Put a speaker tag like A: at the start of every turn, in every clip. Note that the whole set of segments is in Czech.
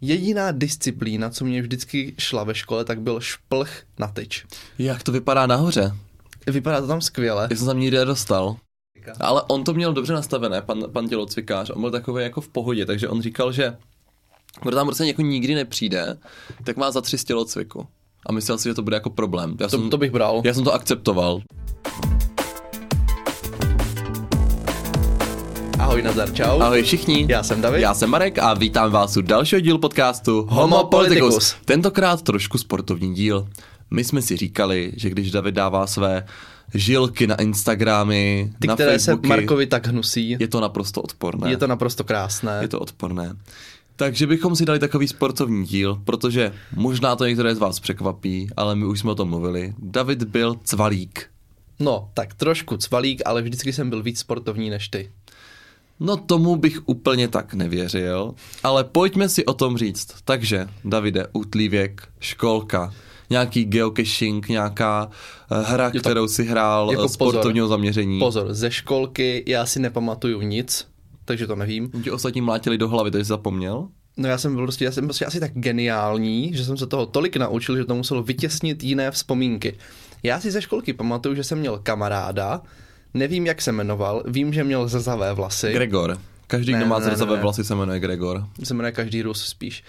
A: jediná disciplína, co mě vždycky šla ve škole, tak byl šplch na tyč.
B: Jak to vypadá nahoře?
A: Vypadá to tam skvěle.
B: Já jsem tam nikdy nedostal. Ale on to měl dobře nastavené, pan, pan tělocvikář. On byl takový jako v pohodě, takže on říkal, že kdo tam prostě jako nikdy nepřijde, tak má za tři z tělocviku. A myslel si, že to bude jako problém. Já
A: To,
B: jsem,
A: to bych bral.
B: já jsem to akceptoval.
A: Ahoj Nazar, čau.
B: Ahoj všichni.
A: Já jsem David.
B: Já jsem Marek a vítám vás u dalšího dílu podcastu Homo
A: Homo Politicus.
B: Politicus. Tentokrát trošku sportovní díl. My jsme si říkali, že když David dává své žilky na Instagramy,
A: Ty,
B: na
A: které se
B: Facebooky,
A: Markovi tak hnusí.
B: je to naprosto odporné.
A: Je to naprosto krásné.
B: Je to odporné. Takže bychom si dali takový sportovní díl, protože možná to některé z vás překvapí, ale my už jsme o tom mluvili. David byl cvalík.
A: No, tak trošku cvalík, ale vždycky jsem byl víc sportovní než ty.
B: No tomu bych úplně tak nevěřil, ale pojďme si o tom říct. Takže, Davide, útlívěk, školka, nějaký geocaching, nějaká eh, hra,
A: to-
B: kterou si hrál
A: jako
B: jako sportovního
A: pozor.
B: zaměření.
A: Pozor, ze školky já si nepamatuju nic, takže to nevím.
B: Ti ostatní mlátili do hlavy, takže jsi zapomněl?
A: No já jsem byl prostě, já jsem prostě asi tak geniální, že jsem se toho tolik naučil, že to muselo vytěsnit jiné vzpomínky. Já si ze školky pamatuju, že jsem měl kamaráda, nevím, jak se jmenoval, vím, že měl zrzavé vlasy,
B: Gregor. Každý,
A: Ne,
B: kdo má
A: ne, ne,
B: zrzavé
A: ne.
B: vlasy, se jmenuje Gregor.
A: se jmenuje každý Rus spíš,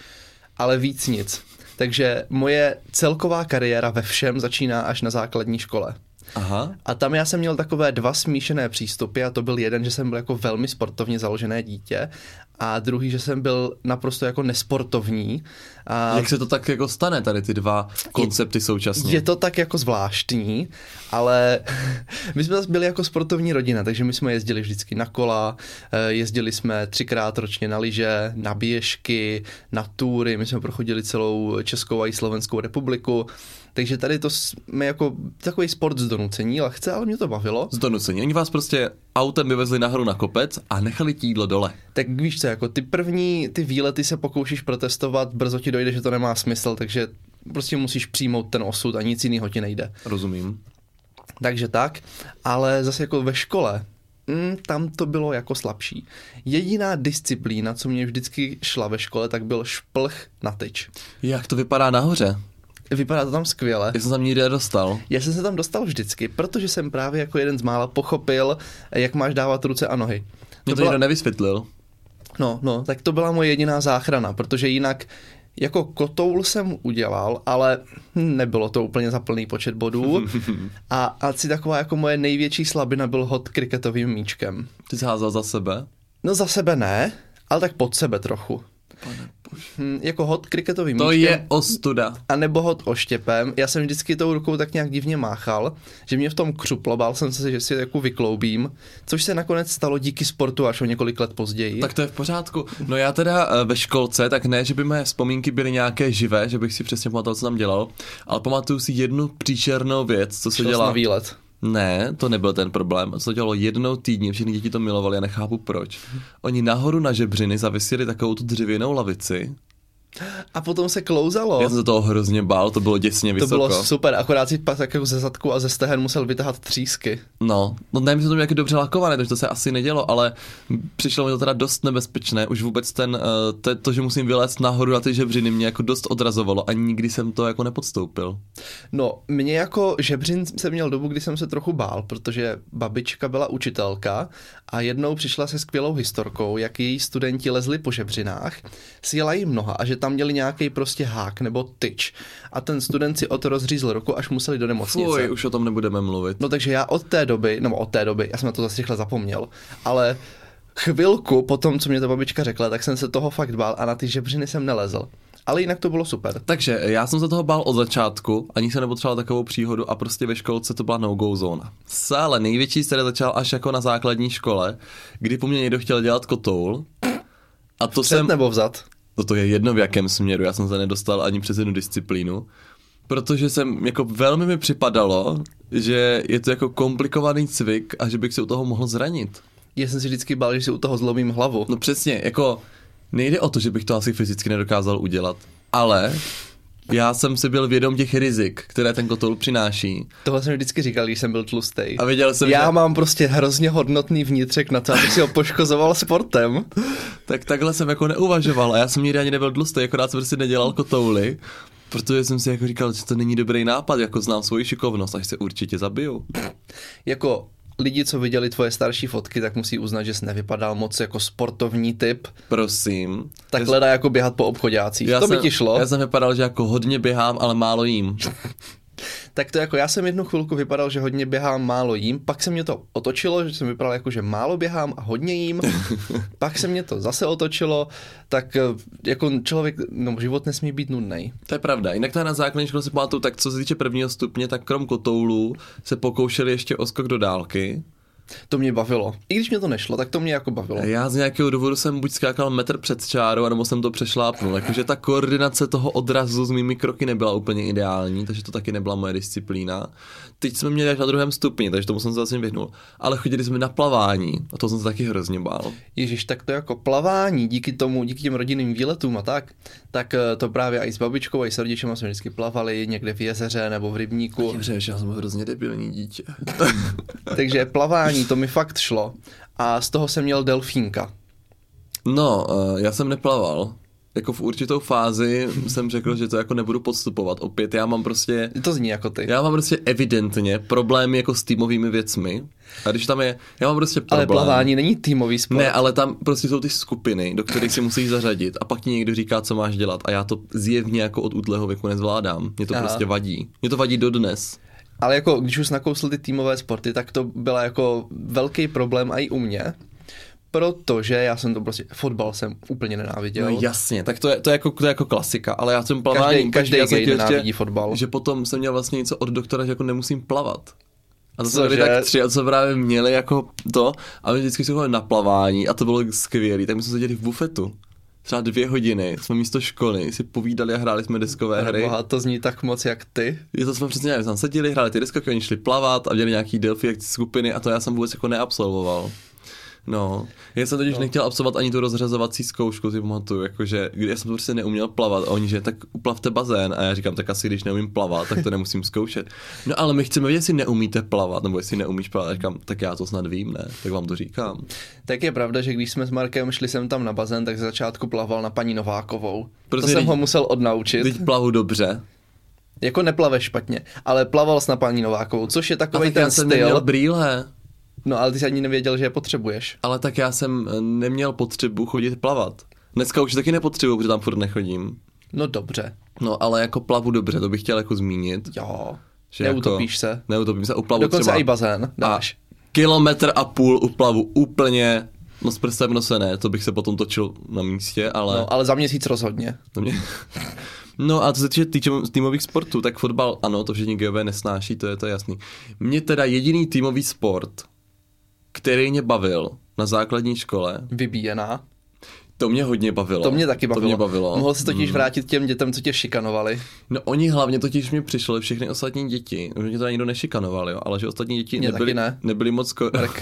A: ale víc nic. Takže moje celková kariéra ve všem začíná až na základní škole.
B: Aha.
A: A tam já jsem měl takové dva smíšené přístupy a to byl jeden, že jsem byl jako velmi sportovně založené dítě a druhý, že jsem byl naprosto jako nesportovní. A
B: Jak se to tak jako stane, tady ty dva koncepty současně?
A: Je to tak jako zvláštní, ale my jsme zase byli jako sportovní rodina, takže my jsme jezdili vždycky na kola, eh, jezdili jsme třikrát ročně na lyže, na běžky, na túry, my jsme prochodili celou Českou a i Slovenskou republiku, takže tady to jsme jako takový sport z donucení, lehce, ale mě to bavilo.
B: Z donucení. Oni vás prostě autem vyvezli nahoru na kopec a nechali ti jídlo dole.
A: Tak víš co, jako ty první ty výlety se pokoušíš protestovat, brzo ti dojde, že to nemá smysl, takže prostě musíš přijmout ten osud a nic jiného ti nejde.
B: Rozumím.
A: Takže tak, ale zase jako ve škole, mm, tam to bylo jako slabší. Jediná disciplína, co mě vždycky šla ve škole, tak byl šplch na tyč.
B: Jak to vypadá nahoře?
A: Vypadá to tam skvěle.
B: Já jsem tam nikdy nedostal.
A: Já jsem se tam dostal vždycky, protože jsem právě jako jeden z mála pochopil, jak máš dávat ruce a nohy.
B: Mě to,
A: byla-
B: nikdo nevysvětlil.
A: No, no, tak to byla moje jediná záchrana, protože jinak jako kotoul jsem udělal, ale nebylo to úplně za plný počet bodů. A asi taková jako moje největší slabina byl hod kriketovým míčkem.
B: Ty jsi házel za sebe.
A: No za sebe ne, ale tak pod sebe trochu. Hm, jako hod kriketovým
B: To
A: míčkem.
B: je ostuda.
A: A nebo hod oštěpem. Já jsem vždycky tou rukou tak nějak divně máchal, že mě v tom křuplo, bál jsem se, že si jako vykloubím, což se nakonec stalo díky sportu až o několik let později.
B: Tak to je v pořádku. No já teda eh, ve školce, tak ne, že by mé vzpomínky byly nějaké živé, že bych si přesně pamatoval, co tam dělal, ale pamatuju si jednu příšernou věc, co se
A: Šel jsem na
B: dělá.
A: výlet.
B: Ne, to nebyl ten problém. Co to dělalo jednou týdně, všechny děti to milovali, já nechápu proč. Oni nahoru na žebřiny zavisili takovou tu dřevěnou lavici.
A: A potom se klouzalo.
B: Já jsem se toho hrozně bál, to bylo děsně
A: To
B: vysoko.
A: bylo super, akorát si pak tak jako ze zadku a ze stehen musel vytahat třísky.
B: No, no nevím, jestli to bylo nějaké dobře lakované, takže to se asi nedělo, ale přišlo mi to teda dost nebezpečné. Už vůbec ten, eh, to, to že musím vylézt nahoru na ty žebřiny, mě jako dost odrazovalo a nikdy jsem to jako nepodstoupil.
A: No, mě jako žebřin jsem měl dobu, kdy jsem se trochu bál, protože babička byla učitelka a jednou přišla se skvělou historkou, jak její studenti lezli po žebřinách, sjela jim noha a že tam měli nějaký prostě hák nebo tyč. A ten student si od to rozřízl roku, až museli do nemocnice.
B: Fuj, už o tom nebudeme mluvit.
A: No takže já od té doby, nebo od té doby, já jsem na to zase rychle zapomněl, ale chvilku po tom, co mě ta babička řekla, tak jsem se toho fakt bál a na ty žebřiny jsem nelezl. Ale jinak to bylo super.
B: Takže eh, já jsem se toho bál od začátku, ani jsem nepotřeboval takovou příhodu a prostě ve školce to byla no-go zóna. Sále největší se začal až jako na základní škole, kdy po mně někdo chtěl dělat kotoul. A to
A: Před
B: jsem,
A: nebo vzad?
B: No to je jedno v jakém směru, já jsem se nedostal ani přes jednu disciplínu, protože jsem, jako velmi mi připadalo, že je to jako komplikovaný cvik a že bych se u toho mohl zranit.
A: Já jsem si vždycky bál, že si u toho zlomím hlavu.
B: No přesně, jako nejde o to, že bych to asi fyzicky nedokázal udělat, ale já jsem si byl vědom těch rizik, které ten kotoul přináší.
A: Tohle jsem vždycky říkal, když jsem byl tlustej.
B: A viděl jsem,
A: Já
B: že...
A: mám prostě hrozně hodnotný vnitřek na to, abych si ho poškozoval sportem.
B: Tak takhle jsem jako neuvažoval a já jsem nikdy ani nebyl tlustý, akorát jsem prostě nedělal kotouly, protože jsem si jako říkal, že to není dobrý nápad, jako znám svoji šikovnost, až se určitě zabiju.
A: Jako lidi, co viděli tvoje starší fotky, tak musí uznat, že jsi nevypadal moc jako sportovní typ.
B: Prosím.
A: Tak hledá jako běhat po obchodácích. to by
B: jsem,
A: ti šlo.
B: Já jsem vypadal, že jako hodně běhám, ale málo jím.
A: Tak to jako já jsem jednu chvilku vypadal, že hodně běhám, málo jím, pak se mě to otočilo, že jsem vypadal jako, že málo běhám a hodně jím, pak se mě to zase otočilo, tak eh, jako člověk, no život nesmí být nudný.
B: To je pravda. Jinak to je na základní škole si pamatuju, tak co se týče prvního stupně, tak krom kotoulů se pokoušeli ještě o skok do dálky.
A: To mě bavilo. I když mě to nešlo, tak to mě jako bavilo.
B: Já z nějakého důvodu jsem buď skákal metr před čárou, nebo jsem to přešlápnul. Jakože ta koordinace toho odrazu s mými kroky nebyla úplně ideální, takže to taky nebyla moje disciplína. Teď jsme měli až na druhém stupni, takže tomu jsem se vlastně vyhnul. Ale chodili jsme na plavání a to jsem se taky hrozně bál.
A: Ježíš, tak to jako plavání, díky tomu, díky těm rodinným výletům a tak, tak eh, to právě i s babičkou, i s rodičem jsme vždycky plavali někde v jezeře nebo v rybníku.
B: Dobře, že já jsem hrozně debilní dítě.
A: Takže plavání, to mi fakt šlo. A z toho jsem měl delfínka.
B: No, eh, já jsem neplaval. Jako v určitou fázi jsem řekl, že to jako nebudu podstupovat. Opět, já mám prostě
A: To zní jako ty.
B: Já mám prostě evidentně problémy jako s týmovými věcmi. A když tam je, já mám prostě
A: Ale
B: problém.
A: plavání není týmový sport.
B: Ne, ale tam prostě jsou ty skupiny, do kterých si musíš zařadit a pak ti někdo říká, co máš dělat a já to zjevně jako od útlého věku nezvládám. Mě to
A: Aha.
B: Aha. prostě vadí. Mě to vadí dodnes.
A: Ale jako, když už nakousl ty týmové sporty, tak to byla jako velký problém i u mě, protože já jsem to prostě, fotbal jsem úplně nenáviděl.
B: No jasně, tak to je, to je, jako, to je jako klasika, ale já jsem plavání.
A: Každý- každý
B: počkej, já jsem
A: gay
B: chtěl
A: nenávidí fotbal.
B: Že potom jsem měl vlastně něco od doktora, že jako nemusím plavat. A to
A: Cože?
B: jsme byli tak tři, a co právě měli jako to, a my vždycky jsme chodili na plavání a to bylo skvělé. Tak my jsme seděli v bufetu. Třeba dvě hodiny jsme místo školy si povídali a hráli jsme deskové hry.
A: Boha, to zní tak moc jak ty.
B: Je to jsme přesně, jak tam seděli, hráli ty diskoky, oni šli plavat a dělali nějaký delfí jak skupiny a to já jsem vůbec jako neabsolvoval. No, já jsem totiž no. nechtěl absolvovat ani tu rozřazovací zkoušku, si pamatuju, jakože kdy já jsem to prostě neuměl plavat a oni, že tak uplavte bazén a já říkám, tak asi když neumím plavat, tak to nemusím zkoušet. No ale my chceme vědět, jestli neumíte plavat, nebo jestli neumíš plavat, já říkám, tak já to snad vím, ne, tak vám to říkám.
A: Tak je pravda, že když jsme s Markem šli sem tam na bazén, tak ze začátku plaval na paní Novákovou. Prostě
B: Prostě
A: to jsem
B: lidi-
A: ho musel odnaučit.
B: Teď plavu dobře,
A: Jako neplave špatně, ale plaval s na paní Novákovou, což je
B: a
A: takový
B: tak
A: ten
B: já jsem
A: styl.
B: neměl brýle.
A: No ale ty jsi ani nevěděl, že je potřebuješ.
B: Ale tak já jsem eh, neměl potřebu chodit plavat. Dneska už taky nepotřebuju, protože tam furt nechodím.
A: No dobře,
B: No ale jako plavu dobře, to bych chtěl jako zmínit.
A: jo.
B: Že
A: Neutopíš
B: jako,
A: se.
B: Neutopím se, uplavu
A: Dokonce
B: třeba
A: i bazén dáš.
B: A kilometr a půl uplavu úplně, no s prstem v nose ne, to bych se potom točil na místě, ale...
A: No, ale za měsíc rozhodně.
B: To mě... No a co se týče týče- týmových sportů, tak fotbal, ano, to všichni geové nesnáší, to je to je jasný. Mě teda jediný týmový sport, který mě bavil na základní škole,
A: Vybíjená.
B: to mě hodně bavilo.
A: To mě taky bavilo.
B: No, To mě bavilo. Mm.
A: Mohl se totiž vrátit k těm dětem, co tě šikanovali.
B: No oni hlavně totiž mi přišli všechny ostatní děti, že mě teda nikdo nešikanoval, jo, ale že ostatní děti
A: Mě taky
B: nebyly,
A: ne.
B: nebyly, moc ko-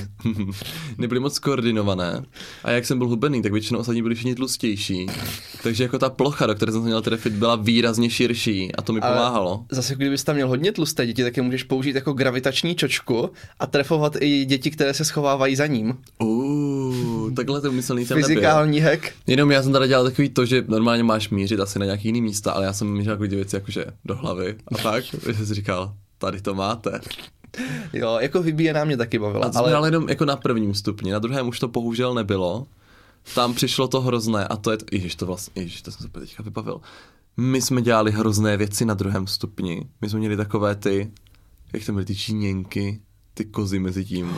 B: nebyly moc koordinované. A jak jsem byl hubený, tak většinou ostatní byli všichni tlustější. Takže jako ta plocha, do které jsem se měl trefit, byla výrazně širší a to mi
A: Ale
B: pomáhalo.
A: Zase, kdybys tam měl hodně tlusté děti, tak je můžeš použít jako gravitační čočku a trefovat i děti, které se schovávají za ním.
B: Uuu, takhle to umyslný jsem nebyl.
A: Fyzikální hack.
B: Jenom já jsem teda dělal takový to, že normálně máš mířit asi na nějaký jiný místa, ale já jsem mířil jako ty věci jakože do hlavy a tak, že jsem si říkal, tady to máte.
A: Jo, jako vybíjená mě taky bavila.
B: A to ale...
A: ale
B: jsme ale jenom jako na prvním stupni, na druhém už to bohužel nebylo. Tam přišlo to hrozné a to je... To, ježiš, to vlastně... Ježiš, to jsem se úplně teďka vybavil. My jsme dělali hrozné věci na druhém stupni. My jsme měli takové ty... Jak tam byly ty číněnky, ty kozy mezi tím.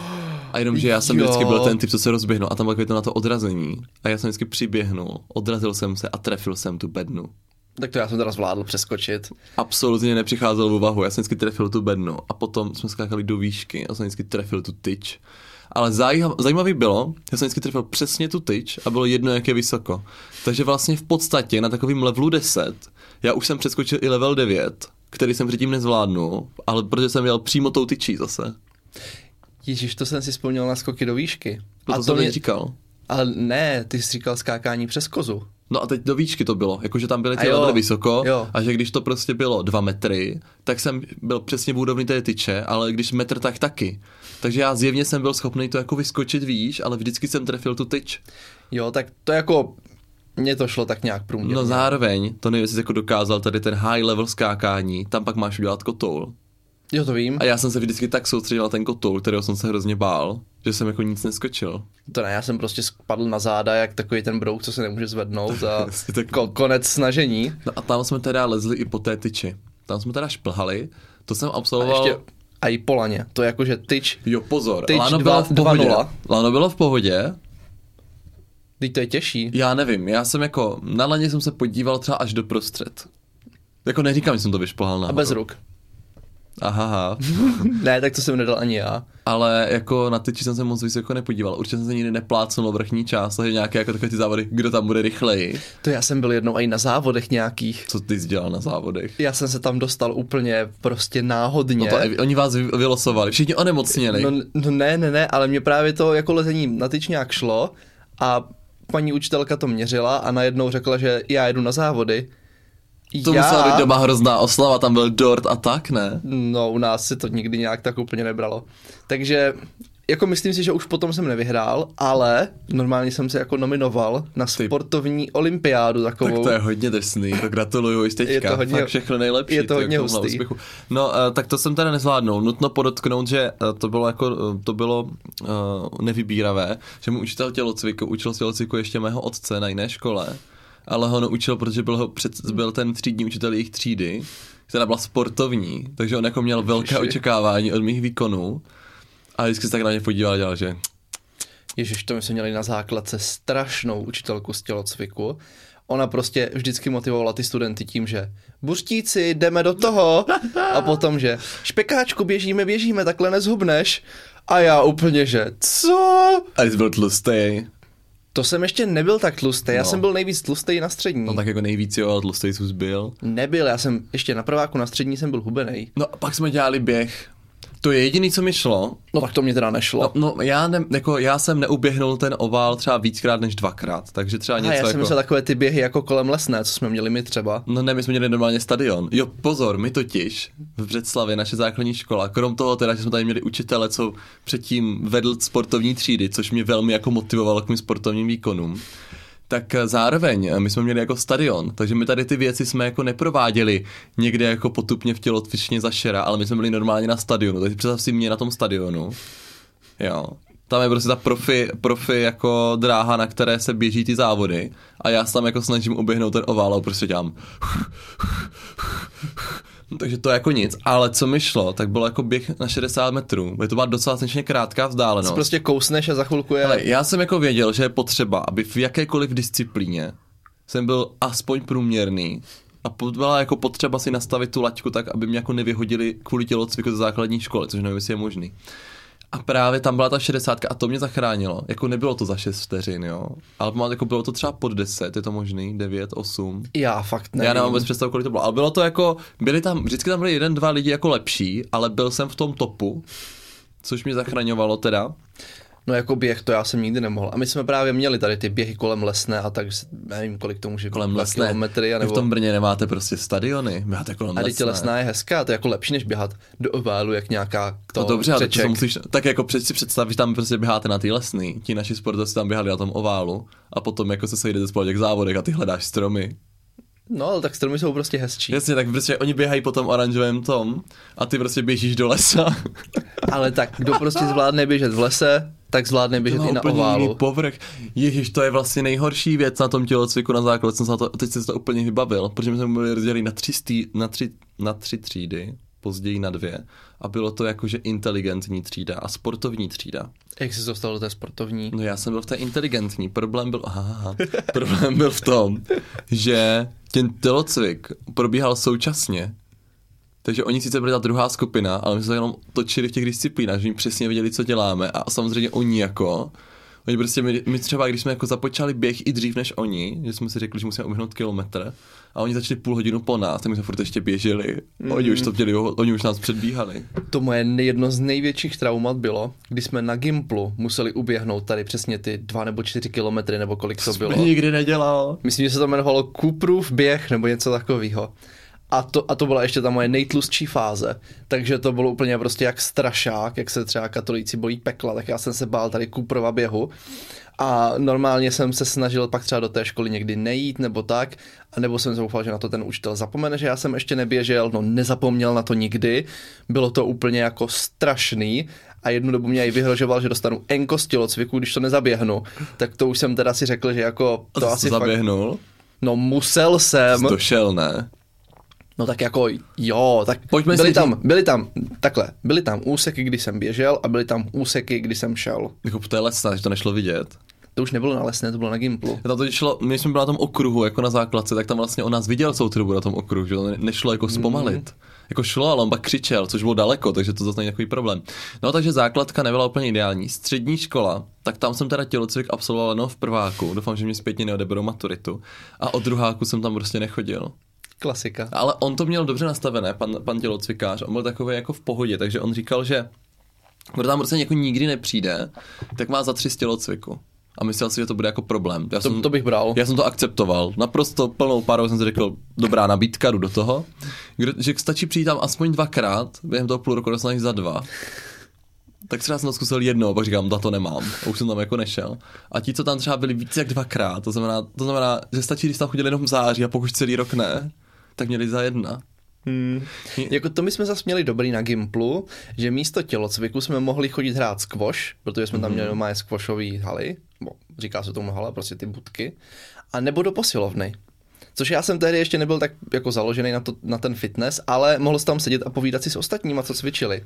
B: A jenom, že já jsem
A: Jo.
B: vždycky byl ten typ, co se rozběhnul a tam bylo takový to na to odrazení. A já jsem vždycky přiběhnul, odrazil jsem se a trefil jsem tu bednu
A: tak to já jsem teda zvládl přeskočit.
B: absolutně nepřicházel v úvahu. Já jsem vždycky trefil tu bednu a potom jsme skákali do výšky a jsem vždycky trefil tu tyč. Ale zajímav, zajímavý bylo, já jsem vždycky trefil přesně tu tyč a bylo jedno, jak je vysoko. Takže vlastně v podstatě na takovým levelu 10, já už jsem přeskočil i level 9, který jsem předtím nezvládnul, ale protože jsem jel přímo tou tyčí zase.
A: Ježíš, to jsem si vzpomněl na skoky do výšky.
B: To, to,
A: a
B: jsem
A: to mě...
B: říkal.
A: Ale ne, ty jsi říkal skákání přes kozu.
B: No a teď do výšky to bylo, jakože tam byly ty
A: A jo,
B: ledviny vysoko
A: jo.
B: a že když to prostě bylo dva metry, tak jsem byl přesně v úrovni té tyče, ale když metr, tak taky. Takže já zjevně jsem byl schopný to jako vyskočit výš, ale vždycky jsem trefil tu tyč.
A: Jo, tak to jako, mně to šlo tak nějak průměrně.
B: No zároveň, to nevím, jestli jsi jako dokázal tady ten high level skákání, tam pak máš udělat kotoul.
A: Jo, to vím.
B: A já jsem se vždycky tak soustředil na ten kotoul, kterého jsem se hrozně bál, že jsem jako nic neskočil.
A: To ne, já jsem prostě spadl na záda, jak takový ten brouk, co se nemůže zvednout a
B: Jasně, tak-
A: ko- konec snažení.
B: No a tam jsme teda lezli i po té tyči. Tam jsme teda šplhali, to jsem
A: A
B: absolvoval...
A: ještě a i polaně. To je jako, že tyč,
B: Jo, pozor,
A: Tyč
B: Lano
A: dva-
B: byla v
A: dva
B: pohodě.
A: nula.
B: Lano bylo v pohodě,
A: teď to je těžší.
B: já nevím, já jsem jako, na laně jsem se podíval třeba až do prostřed. Jako neříkám, že jsem to vyšplhal na.
A: A bez ruk.
B: Aha, aha.
A: Ne, tak to jsem nedal ani já.
B: ale jako na tyči jsem se moc vysoko nepodíval. Určitě jsem se nikdy neplácnul o vrchní část, takže nějaké jako takové ty závody, kdo tam bude rychleji.
A: To já jsem byl jednou i na závodech nějakých.
B: Co ty jsi dělal na závodech?
A: Já jsem se tam dostal úplně prostě náhodně.
B: No to, evi- oni vás vy- vylosovali, všichni onemocněli.
A: No, no ne, ne, ne, ale mě právě to jako lezení na tyčňák šlo a paní učitelka to měřila a najednou řekla, že já jedu na závody.
B: to
A: já...
B: musela být doba hrozná oslava, tam byl dort a tak, ne?
A: No, u nás se to nikdy nějak tak úplně nebralo. Takže jako myslím si, že už potom jsem nevyhrál, ale normálně jsem se jako nominoval na sportovní olympiádu
B: Tak
A: takovou.
B: to je hodně drsný, to gratuluju už teďka.
A: Je to hodně-
B: Fakt všechno nejlepší.
A: je to
B: ty,
A: hodně
B: k tomuhle
A: hustý.
B: úspěchu. No, eh, tak to jsem teda nezvládnul. Nutno podotknout, že eh, to bylo jako, eh, to bylo eh, nevybíravé, že mu učitel tělocviku, učil z tělocviku ještě mého otce na jiné škole, ale ho neučil, protože byl, ho před, byl ten třídní učitel jejich třídy, která byla sportovní, takže on jako měl velká
A: Ježiši.
B: očekávání od mých výkonů a vždycky se tak na ně podíval a dělal, že
A: Ježiš, to my jsme měli na základce strašnou učitelku z tělocviku. Ona prostě vždycky motivovala ty studenty tím, že buřtíci, jdeme do toho. A potom, že špekáčku, běžíme, běžíme, takhle nezhubneš. A já úplně, že co?
B: a jsi byl tlustý.
A: To jsem ještě nebyl tak tlustý, já
B: No.
A: jsem byl nejvíc tlustý na střední.
B: No tak jako nejvíc jo, ale tlustý jsi byl.
A: Nebyl, já jsem ještě na prváku, na střední jsem byl hubenej.
B: No a pak jsme dělali běh. To je jediný, co mi šlo.
A: No tak to mě teda nešlo.
B: No, no já, ne, jako, já jsem neuběhnul ten ovál třeba víckrát než dvakrát, takže třeba něco
A: a já jsem
B: jako...
A: myslel takové ty běhy jako kolem lesné, co jsme měli my třeba.
B: No ne, my jsme měli normálně stadion. Jo, pozor, my totiž v Břeclavě, naše základní škola, krom toho teda, že jsme tady měli učitele, co předtím vedl sportovní třídy, což mě velmi jako motivovalo k mým sportovním výkonům, tak eh, zároveň eh, my jsme měli jako stadion, takže my tady ty věci jsme jako neprováděli někde jako potupně v tělotvičně za šera, ale my jsme byli normálně na stadionu, takže představ si mě na tom stadionu. Jo. Tam je prostě ta profi, profi jako dráha, na které se běží ty závody a já se tam jako snažím uběhnout ten ovál a prostě dělám No, Takže to jako nic, ale co mi šlo, tak bylo jako běh na 60 metrů. Je to byla docela značně krátká vzdálenost.
A: Prostě kousneš a za chvilku je...
B: No. Ale já jsem jako věděl, že je potřeba, aby v jakékoliv disciplíně jsem byl aspoň průměrný a po- byla jako potřeba si nastavit tu laťku tak, aby mě jako nevyhodili kvůli tělocviku ze základní školy, což nevím, jestli je možný. A právě tam byla ta 60 a to mě zachránilo. Jako nebylo to za 6 vteřin, jo. Ale pamatuju, jako bylo to třeba pod 10, je to možný, 9, 8.
A: Já fakt nevím.
B: Já nemám vůbec představu, kolik to bylo. Ale bylo to jako, byli tam, vždycky tam byli jeden, dva lidi jako lepší, ale byl jsem v tom topu, což mě zachraňovalo teda.
A: No jako běh, to já jsem nikdy nemohl. A my jsme právě měli tady ty běhy kolem lesné a tak se- nevím, kolik to může být.
B: kolem
A: dva
B: lesné.
A: Kilometry,
B: Vy
A: anebo...
B: V tom Brně nemáte prostě stadiony, máte kolem
A: A teď
B: lesné.
A: lesná je hezká, to je jako lepší, než běhat do oválu, jak nějaká to
B: No dobře, ale to
A: křeček.
B: se musíš, tak jako před si představit, že tam prostě běháte na ty lesný, ti naši sportovci tam běhali na tom oválu a potom jako se sejdete spolu v těch závodech a ty hledáš stromy.
A: No, ale tak stromy jsou prostě hezčí.
B: Jasně, tak prostě oni běhají po tom oranžovém tom a ty prostě běžíš do lesa.
A: Ale tak, kdo prostě zvládne běžet v lese, tak zvládne běžet
B: má
A: i na
B: úplně jiný
A: oválu.
B: povrch. Ježíš, to je vlastně nejhorší věc na tom tělocviku na základce. Jsem se na to, teď jsem se to úplně vybavil, protože my jsme byli rozděleni na tři, stý, na, tři, na tři třídy, později na dvě. A bylo to jakože inteligentní třída a sportovní třída.
A: Jak jsi se dostal do té sportovní?
B: No já jsem byl v té inteligentní. Problém byl, aha, aha, problém byl v tom, že ten tělocvik probíhal současně. Takže oni sice byli ta druhá skupina, ale my jsme se jenom točili v těch disciplínách, že oni přesně věděli, co děláme. A samozřejmě oni jako Oni prostě my, my, třeba, když jsme jako započali běh i dřív než oni, že jsme si řekli, že musíme uběhnout kilometr, a oni začali půl hodinu po nás, tak my jsme furt ještě běželi. Oni už to měli, oni už nás předbíhali.
A: To moje jedno z největších traumat bylo, když jsme na Gimplu museli uběhnout tady přesně ty dva nebo čtyři kilometry, nebo kolik to bylo.
B: Nikdy nedělal.
A: Myslím, že se to jmenovalo Kuprův běh nebo něco takového. A to, a to byla ještě ta moje nejtlustší fáze. Takže to bylo úplně prostě jak strašák, jak se třeba katolíci bojí pekla, tak já jsem se bál tady Kuprova běhu. A normálně jsem se snažil pak třeba do té školy někdy nejít nebo tak, a nebo jsem doufal, že na to ten učitel zapomene, že já jsem ještě neběžel, no nezapomněl na to nikdy. Bylo to úplně jako strašný a jednu dobu mě i vyhrožoval, že dostanu enko z tělocviku, když to nezaběhnu. Tak to už jsem teda si řekl, že jako
B: To
A: to asi fakt...
B: zaběhnul. Fakt...
A: No musel jsem.
B: Jsi došel, ne?
A: No tak jako jo, tak
B: Pojďme
A: Pojďme
B: si
A: byly
B: říct-
A: tam, byly tam, takhle, byly tam úseky, kdy jsem běžel a byly tam úseky, kdy jsem šel.
B: Jako po té lesna, že to nešlo vidět.
A: To už nebylo na lesné, to bylo na Gimplu.
B: Tam to šlo, my jsme byli na tom okruhu, jako na základce, tak tam vlastně on nás viděl celou tu dobu na tom okruhu, že to ne- nešlo jako zpomalit. Jako šlo, ale on pak křičel, což bylo daleko, takže to zase není takový problém. No takže základka nebyla úplně ideální. Střední škola, tak tam jsem teda tělocvik absolvoval jenom v prváku, doufám, že mě zpětně neodeberou maturitu. A od druháku jsem tam prostě nechodil.
A: Klasika.
B: Ale on to měl dobře nastavené, pan, pan tělocvikář, on byl takový jako v pohodě, takže on říkal, že kdo tam prostě jako nikdy nepřijde, tak má za tři z tělocviku. A myslel si, že to bude jako problém. Já
A: To, to bych bral.
B: já jsem to akceptoval. Naprosto plnou parou jsem si řekl, dobrá nabídka, jdu do toho. Kdo, že stačí přijít tam aspoň dvakrát, během toho půl roku dostanu jich za dva. Tak třeba jsem to zkusil jednou, pak říkám, na to nemám. A už jsem tam jako nešel. A ti, co tam třeba byli víc jak dvakrát, to znamená, to znamená že stačí, když tam chodili jenom v září a pokud celý rok ne, tak měli za jedna.
A: Jako to my jsme zase měli dobrý na Gimplu, že místo tělocviku jsme mohli chodit hrát squash, protože jsme tam měli doma squashový haly, bo, říká se tomu hala, prostě ty budky, a nebo do posilovny. Což já jsem tehdy ještě nebyl tak jako založený na, to, na ten fitness, ale mohl jsem tam sedět a povídat si s ostatníma, co cvičili.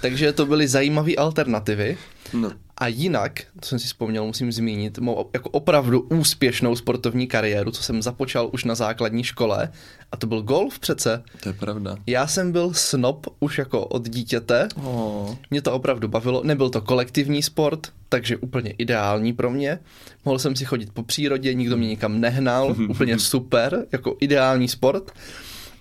A: Takže to byly zajímavé alternativy.
B: No.
A: A jinak, to jsem si vzpomněl, musím zmínit, mou jako opravdu úspěšnou sportovní kariéru, co jsem započal už na základní škole, a to byl golf přece.
B: To je pravda.
A: Já jsem byl snob už jako od dítěte.
B: Oh.
A: Mě to opravdu bavilo. Nebyl to kolektivní sport, takže úplně ideální pro mě. Mohl jsem si chodit po přírodě, nikdo mě nikam nehnal. Úplně super, jako ideální sport.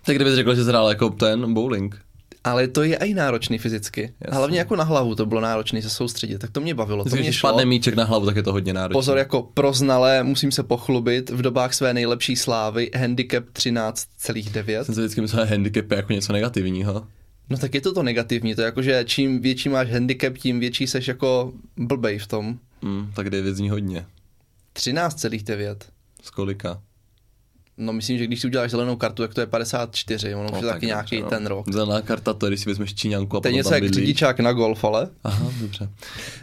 B: Tak kdybys řekl, že jsi hrál jako ten bowling.
A: Ale to je i náročný fyzicky. Jasně. Hlavně jako na hlavu to bylo náročné se soustředit, tak to mě bavilo. To
B: Když
A: mě
B: když
A: šlo.
B: padne míček na hlavu, tak je to hodně náročné.
A: Pozor, jako proznalé, musím se pochlubit. V dobách své nejlepší slávy, handicap 13,9.
B: Jsem si vždycky myslel, že handicap je jako něco negativního.
A: No tak je to to negativní, to je jako, že čím větší máš handicap, tím větší seš jako blbej v tom.
B: Mm, tak David zní hodně.
A: 13,9.
B: Z kolika?
A: No myslím, že když si uděláš zelenou kartu, tak to je 54, ono už je taky
B: tak dobře,
A: nějaký
B: no.
A: ten rok.
B: Zelená karta, to je, když si vezmeš číňanku a
A: To je
B: potom
A: něco
B: tam
A: jak
B: bydlíš.
A: řidičák na golf, ale.
B: Aha, dobře.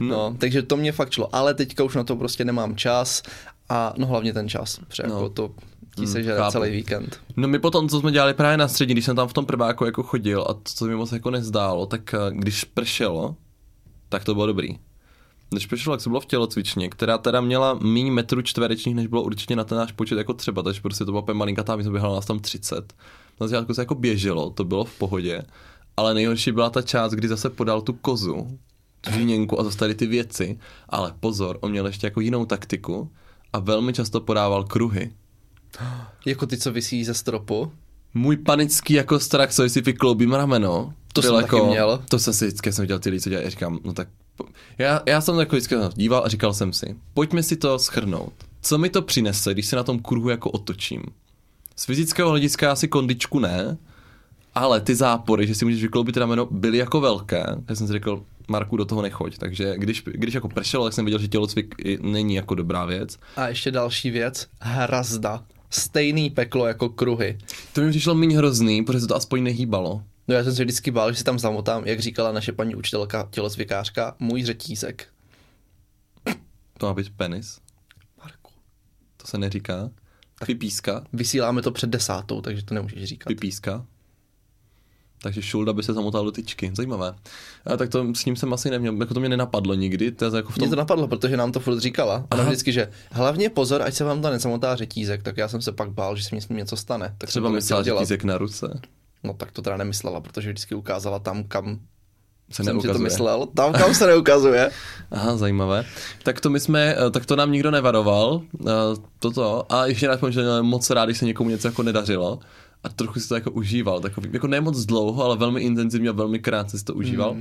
A: No, takže to mě fakt šlo, ale teďka už na to prostě nemám čas a no hlavně ten čas, protože
B: No.
A: no. jako to ti
B: Mm,
A: se žere
B: chápu.
A: celý víkend.
B: No my potom, co jsme dělali právě na střední, když jsem tam v tom prváku jako chodil a to, co mi moc jako nezdálo, tak eh, když pršelo, tak to bylo dobrý. Když pršelo, tak se bylo v tělocvičně, která teda měla méně metrů čtverečních, než bylo určitě na ten náš počet jako třeba, takže prostě to byla úplně malinkatá, my jsme běhali nás tam 30. Na začátku se jako běželo, to bylo v pohodě, ale nejhorší byla ta část, kdy zase podal tu kozu, tu žíněnku a zase tady ty věci, ale pozor, on měl ještě jako jinou taktiku a velmi často podával kruhy
A: Jako ty, co vysí ze stropu.
B: můj panický jako strach, co jestli vykloubím rameno.
A: To
B: no. byl jako-
A: jsem taky měl.
B: To jsem si vždycky jsem viděl ty lidi, co dělají, říkám, no tak... po- Já, já jsem jako vždycky díval a říkal jsem si, pojďme si to schrnout. Co mi to přinese, když se na tom kruhu jako otočím? Z fyzického hlediska asi kondičku ne, ale ty zápory, že si můžeš vykloubit rameno, byly jako velké. Já jsem si řekl, Marku, do toho nechoď. Takže když, když jako pršelo, tak jsem viděl, že tělocvik i není jako dobrá věc.
A: A ještě další věc, hrazda. Stejný peklo jako kruhy.
B: To mi přišlo méně hrozný, protože se to aspoň nehýbalo.
A: No já jsem se vždycky bál, že si tam zamotám, jak říkala naše paní učitelka tělocvikářka, můj řetízek.
B: To má být penis.
A: Marku.
B: To se neříká. Pipíska.
A: Vysíláme to před desátou, takže to nemůžeš říkat.
B: Pipíska. Takže Šulda by se zamotal do tyčky. Zajímavé. A tak to s ním jsem asi neměl, jako to mě nenapadlo nikdy. To je jako v
A: Mně
B: tom...
A: to napadlo, protože nám to furt říkala. Ona
B: Aha.
A: vždycky, že hlavně pozor, ať se vám tam nezamotá řetízek, tak já jsem se pak bál, že se mi s ním něco stane. Tak jsem
B: Třeba
A: to nechtěl
B: myslel, že
A: dělat.
B: tízek na ruce.
A: No tak to teda nemyslela, protože vždycky ukázala tam, kam
B: se
A: jsem si
B: neukazuje.
A: to myslel, tam kam se neukazuje.
B: Aha, zajímavé. Tak to my jsme, eh, tak to nám nikdo nevaroval, eh, toto. A ještě nás že eh, moc rád, když se někomu něco jako nedařilo. A trochu si to jako užíval, takový, jako ne moc dlouho, ale velmi intenzivně a velmi krátce si to užíval.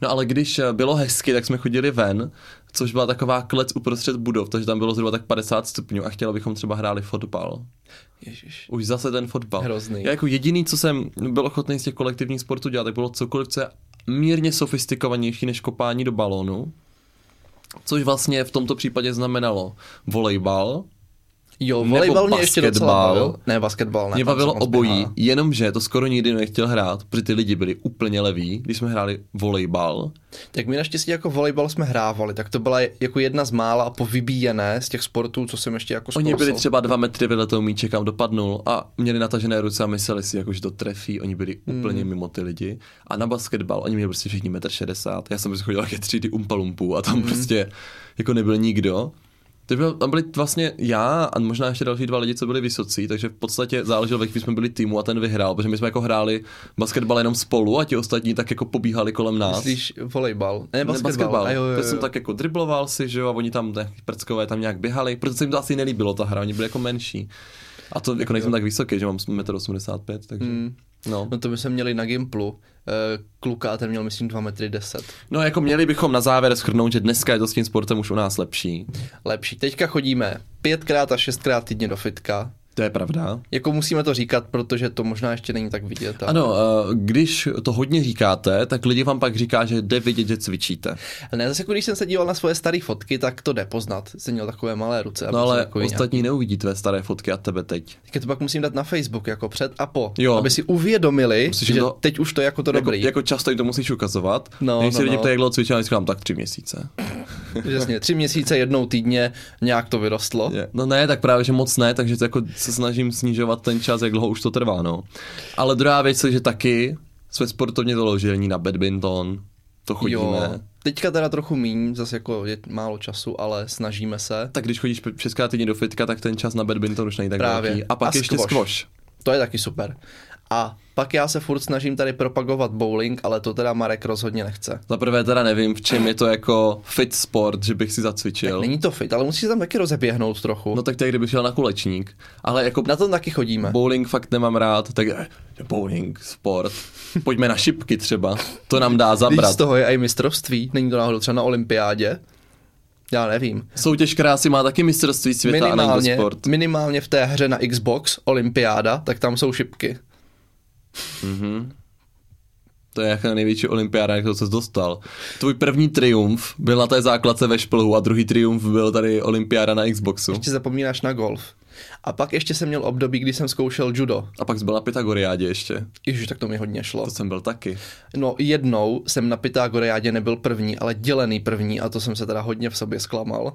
B: No ale když eh, bylo hezky, tak jsme chodili ven, což byla taková klec uprostřed budov, takže tam bylo zhruba tak 50 stupňů a chtěli bychom třeba hráli fotbal.
A: Ježiš.
B: Už zase ten fotbal.
A: Hrozný.
B: Já jako jediný, co jsem byl ochotný z těch kolektivních sportů dělat, tak bylo cokoliv, co je mírně sofistikovanější než kopání do balónu. Což vlastně v tomto případě znamenalo volejbal.
A: Jo, volejbal
B: Nebo
A: mě ještě docela
B: basketbal.
A: bavil. Ne, basketbal ne.
B: Mě
A: tam
B: bavilo
A: jsem moc
B: obojí,
A: běhal.
B: jenomže to skoro nikdy nechtěl hrát, protože ty lidi byli úplně leví, když jsme hráli volejbal.
A: Tak my naštěstí jako volejbal jsme hrávali, tak to byla jako jedna z mála povybíjené z těch sportů, co jsem ještě jako
B: Oni byli
A: zkousal.
B: třeba dva metry vedle toho míče, kam dopadnul a měli natažené ruce a mysleli si, jako, že to trefí. Oni byli úplně mimo ty lidi. A na basketbal, oni měli prostě všichni 1,60 m. Já jsem prostě chodil ke třídy umpalumpů a tam prostě jako nebyl nikdo. Teď byl, tam byli vlastně já a možná ještě další dva lidi, co byli vysocí, takže v podstatě záleželo, ve jaký jsme byli týmu a ten vyhrál, protože my jsme jako hráli basketbal jenom spolu a ti ostatní tak jako pobíhali kolem nás.
A: Myslíš volejbal? Ne,
B: Ne,
A: basketbal.
B: basketbal.
A: A jo, jo, jo.
B: Teď jsem tak jako dribloval si, že jo, a oni tam, ne, prckové tam nějak běhali, protože se jim to asi nelíbilo ta hra, oni byli jako menší. A to jako nejsem tak vysoký, že mám 1,85 m, takže
A: Mm.
B: no.
A: No to my jsme měli na Gimplu. Eh, Kluka, ten měl myslím 2 metry 10.
B: No jako měli bychom na závěr schrnout, že dneska je to s tím sportem už u nás lepší.
A: Lepší. Teďka chodíme pětkrát a šestkrát týdně do fitka.
B: To je pravda.
A: Jako musíme to říkat, protože to možná ještě není tak vidět. A...
B: Ano, eh, když to hodně říkáte, tak lidi vám pak říká, že jde vidět, že cvičíte.
A: Ne, zase jako když jsem se díval na svoje staré fotky, tak to jde poznat. Jsem měl takové malé ruce. a
B: No
A: byl jsem
B: ale
A: takový nějak-
B: ostatní neuvidí tvé staré fotky a tebe teď.
A: Teďka to pak musím dát na Facebook, jako před a po,
B: Jo.
A: jo. aby si uvědomili,
B: Musíš
A: že
B: to-
A: teď už to je jako to
B: Jako,
A: dobrý.
B: jako často jim to musíš ukazovat.
A: No,
B: Když se
A: no,
B: lidi
A: no.
B: ptají, jak dlouho cvičím, já říkám, tak tři měsíce.
A: Přesně, tři měsíce, jednou týdně, nějak to vyrostlo.
B: Je. No ne, tak právě, že moc ne, takže to jako se snažím snižovat ten čas, jak dlouho už to trvá, no. Ale druhá věc je, že taky jsme sportovně doložení na badminton, to chodíme.
A: Jo.
B: Jo.
A: Teďka teda trochu míň, zase jako je málo času, ale snažíme se.
B: Tak když chodíš p- šestkrát týdně do fitka, tak ten čas na badminton už není tak
A: Právě.
B: velký. A pak
A: A
B: ještě
A: squash.
B: squash.
A: To je taky super. A pak já se furt snažím tady propagovat bowling, ale to teda Marek rozhodně nechce.
B: Za prvé teda nevím, v čem je to jako fit sport, že bych si zacvičil.
A: Není to fit, ale musí se tam taky rozeběhnout trochu.
B: No
A: No.
B: tak to je, kdybych šel na kulečník. Ale jako
A: Na tom taky chodíme.
B: Bowling fakt nemám rád, tak eh, bowling, sport. Pojďme na šipky třeba, to nám dá
A: Víš,
B: zabrat.
A: z toho je i mistrovství, není to náhodou třeba na olympiádě? Já nevím.
B: Soutěž krásy má taky mistrovství světa a není
A: minimálně,
B: to sport.
A: minimálně v té hře na Xbox, Olympiáda, tak tam jsou šipky.
B: To je jako největší olympiáda, jak to se dostal. Tvůj první triumf byl na té základce ve šplhu a druhý triumf byl tady olympiáda na Xboxu.
A: Ještě zapomínáš na golf. A pak ještě jsem měl období, kdy jsem zkoušel judo.
B: A pak jsi byl na Pythagoriádě ještě.
A: Ježiš, tak to mi hodně šlo.
B: To jsem byl taky.
A: No jednou jsem na Pythagoriádě nebyl první, ale dělený první a to jsem se teda hodně v sobě zklamal.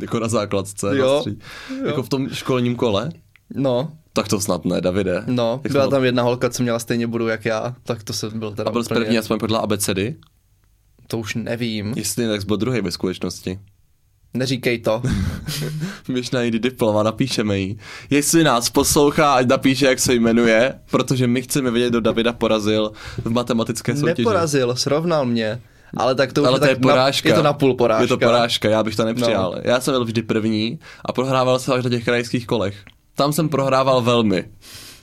B: jako na základce. Na
A: Jo,
B: střed- Jako v tom školním kole.
A: No,
B: Tak to snad ne, Davide.
A: no,
B: Jak
A: byla
B: jsem-
A: tam jedna holka, co měla stejně budu jak já, tak to jsem byl teda
B: A byl jsi
A: úplně-
B: první aspoň podle abecedy?
A: To už nevím,
B: Jestli ne, tak jsi byl druhý ve skutečnosti.
A: neříkej to.
B: Běž najít diplom a napíšeme jí. Jestli nás poslouchá, ať napíše, jak se jmenuje, protože my chceme vědět, kdo Davida porazil v matematické soutěži.
A: Neporazil, srovnal mě. Ale tak to už
B: Ale to
A: tak
B: je porážka.
A: Na, je to na půl porážka.
B: Je to porážka, já bych to nepřijal. No. Já jsem byl vždy první a prohrával jsem až na těch krajských kolech. Tam jsem prohrával velmi.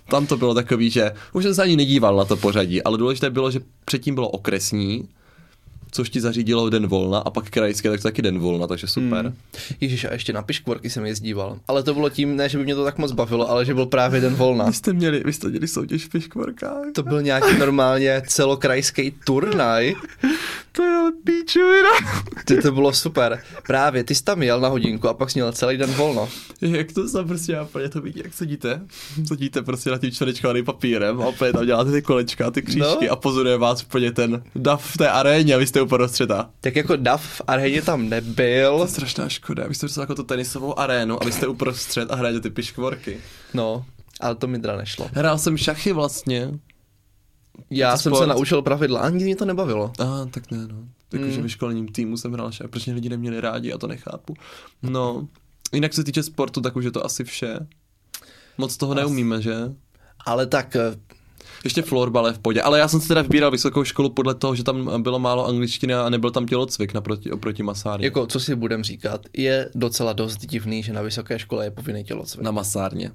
B: Tam to bylo takový, že už jsem se ani nedíval na to pořadí, ale důležité bylo, že předtím bylo okresní, což ti zařídilo den volna a pak krajské, tak to taky den volna, takže super. Hmm.
A: Ježíš, a ještě na piškvorky jsem jezdíval. Ale to bylo tím, ne, že by mě to tak moc bavilo, ale že byl právě den volna.
B: Vy jste měli, vy jste měli soutěž v piškvorkách.
A: To byl nějaký normálně celokrajský turnaj.
B: to je ale píčovina.
A: Ty to bylo super. Právě, ty jsi tam jel na hodinku a pak jsi měl celý den volno.
B: Jak to se prostě, já úplně to vidím, jak sedíte, sedíte prostě na tím čtverečkovaným papírem a úplně tam děláte ty kolečka, ty křížky no.
A: No.
B: a pozoruje vás úplně ten dav v té aréně a vy jste uprostřed a
A: Tak jako Dav v Arheně tam nebyl.
B: to je strašná škoda, vy jste dostali jako tu tenisovou arénu a vy jste uprostřed a hrajete ty piškvorky.
A: No, ale to mi teda nešlo.
B: Hrál jsem šachy vlastně.
A: Já
B: to
A: jsem
B: sport.
A: se naučil pravidla a nikdy mě to nebavilo.
B: A tak ne, no. Jakože ve školním týmu jsem hrál šachy, protože lidi neměli rádi, já to nechápu. No, jinak co se týče sportu, tak už je to asi vše. Moc toho neumíme, že?
A: Ale tak eh,
B: Ještě florbale v podě. Ale já jsem si teda vybíral vysokou školu podle toho, že tam bylo málo angličtiny a nebyl tam tělocvik naproti, oproti masárně.
A: Jako, co si budem říkat, je docela dost divný, že na vysoké škole je povinný tělocvik.
B: Na masárně.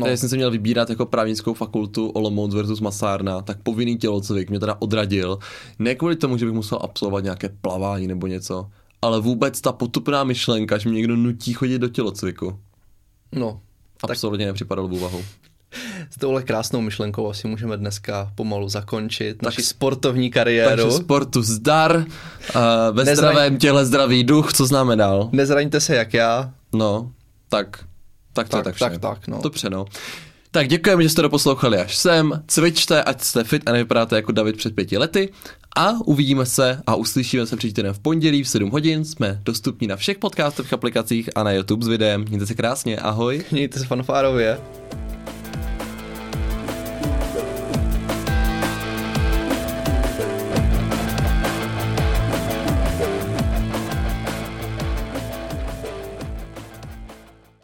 B: No. Tady jsem si měl vybírat jako právnickou fakultu Olomouc versus Masárna, tak povinný tělocvik mě teda odradil. Ne kvůli tomu, že bych musel absolvovat nějaké plavání nebo něco, ale vůbec ta potupná myšlenka, že mě někdo nutí chodit do tělocviku.
A: No,
B: Absolutně nepřipadalo v úvahu.
A: s touhle krásnou myšlenkou asi můžeme dneska pomalu zakončit naši
B: s-
A: sportovní kariéru.
B: Takže sportu zdar, uh, ve
A: Nezraň-
B: zdravém těle zdravý duch, co známe dál?
A: Nezraňte se jak já.
B: No, tak, tak to je
A: Tak,
B: tak
A: tak,
B: vše.
A: tak, no.
B: Dobře, no. Tak děkujeme, že jste doposlouchali až sem. Cvičte, ať jste fit a nevypadáte jako David před pěti lety. A uvidíme se a uslyšíme se příští týden v pondělí v 7 hodin. Jsme dostupní na všech podcastových aplikacích a na YouTube s videem. Mějte se krásně, ahoj.
A: Mějte se fanfárově.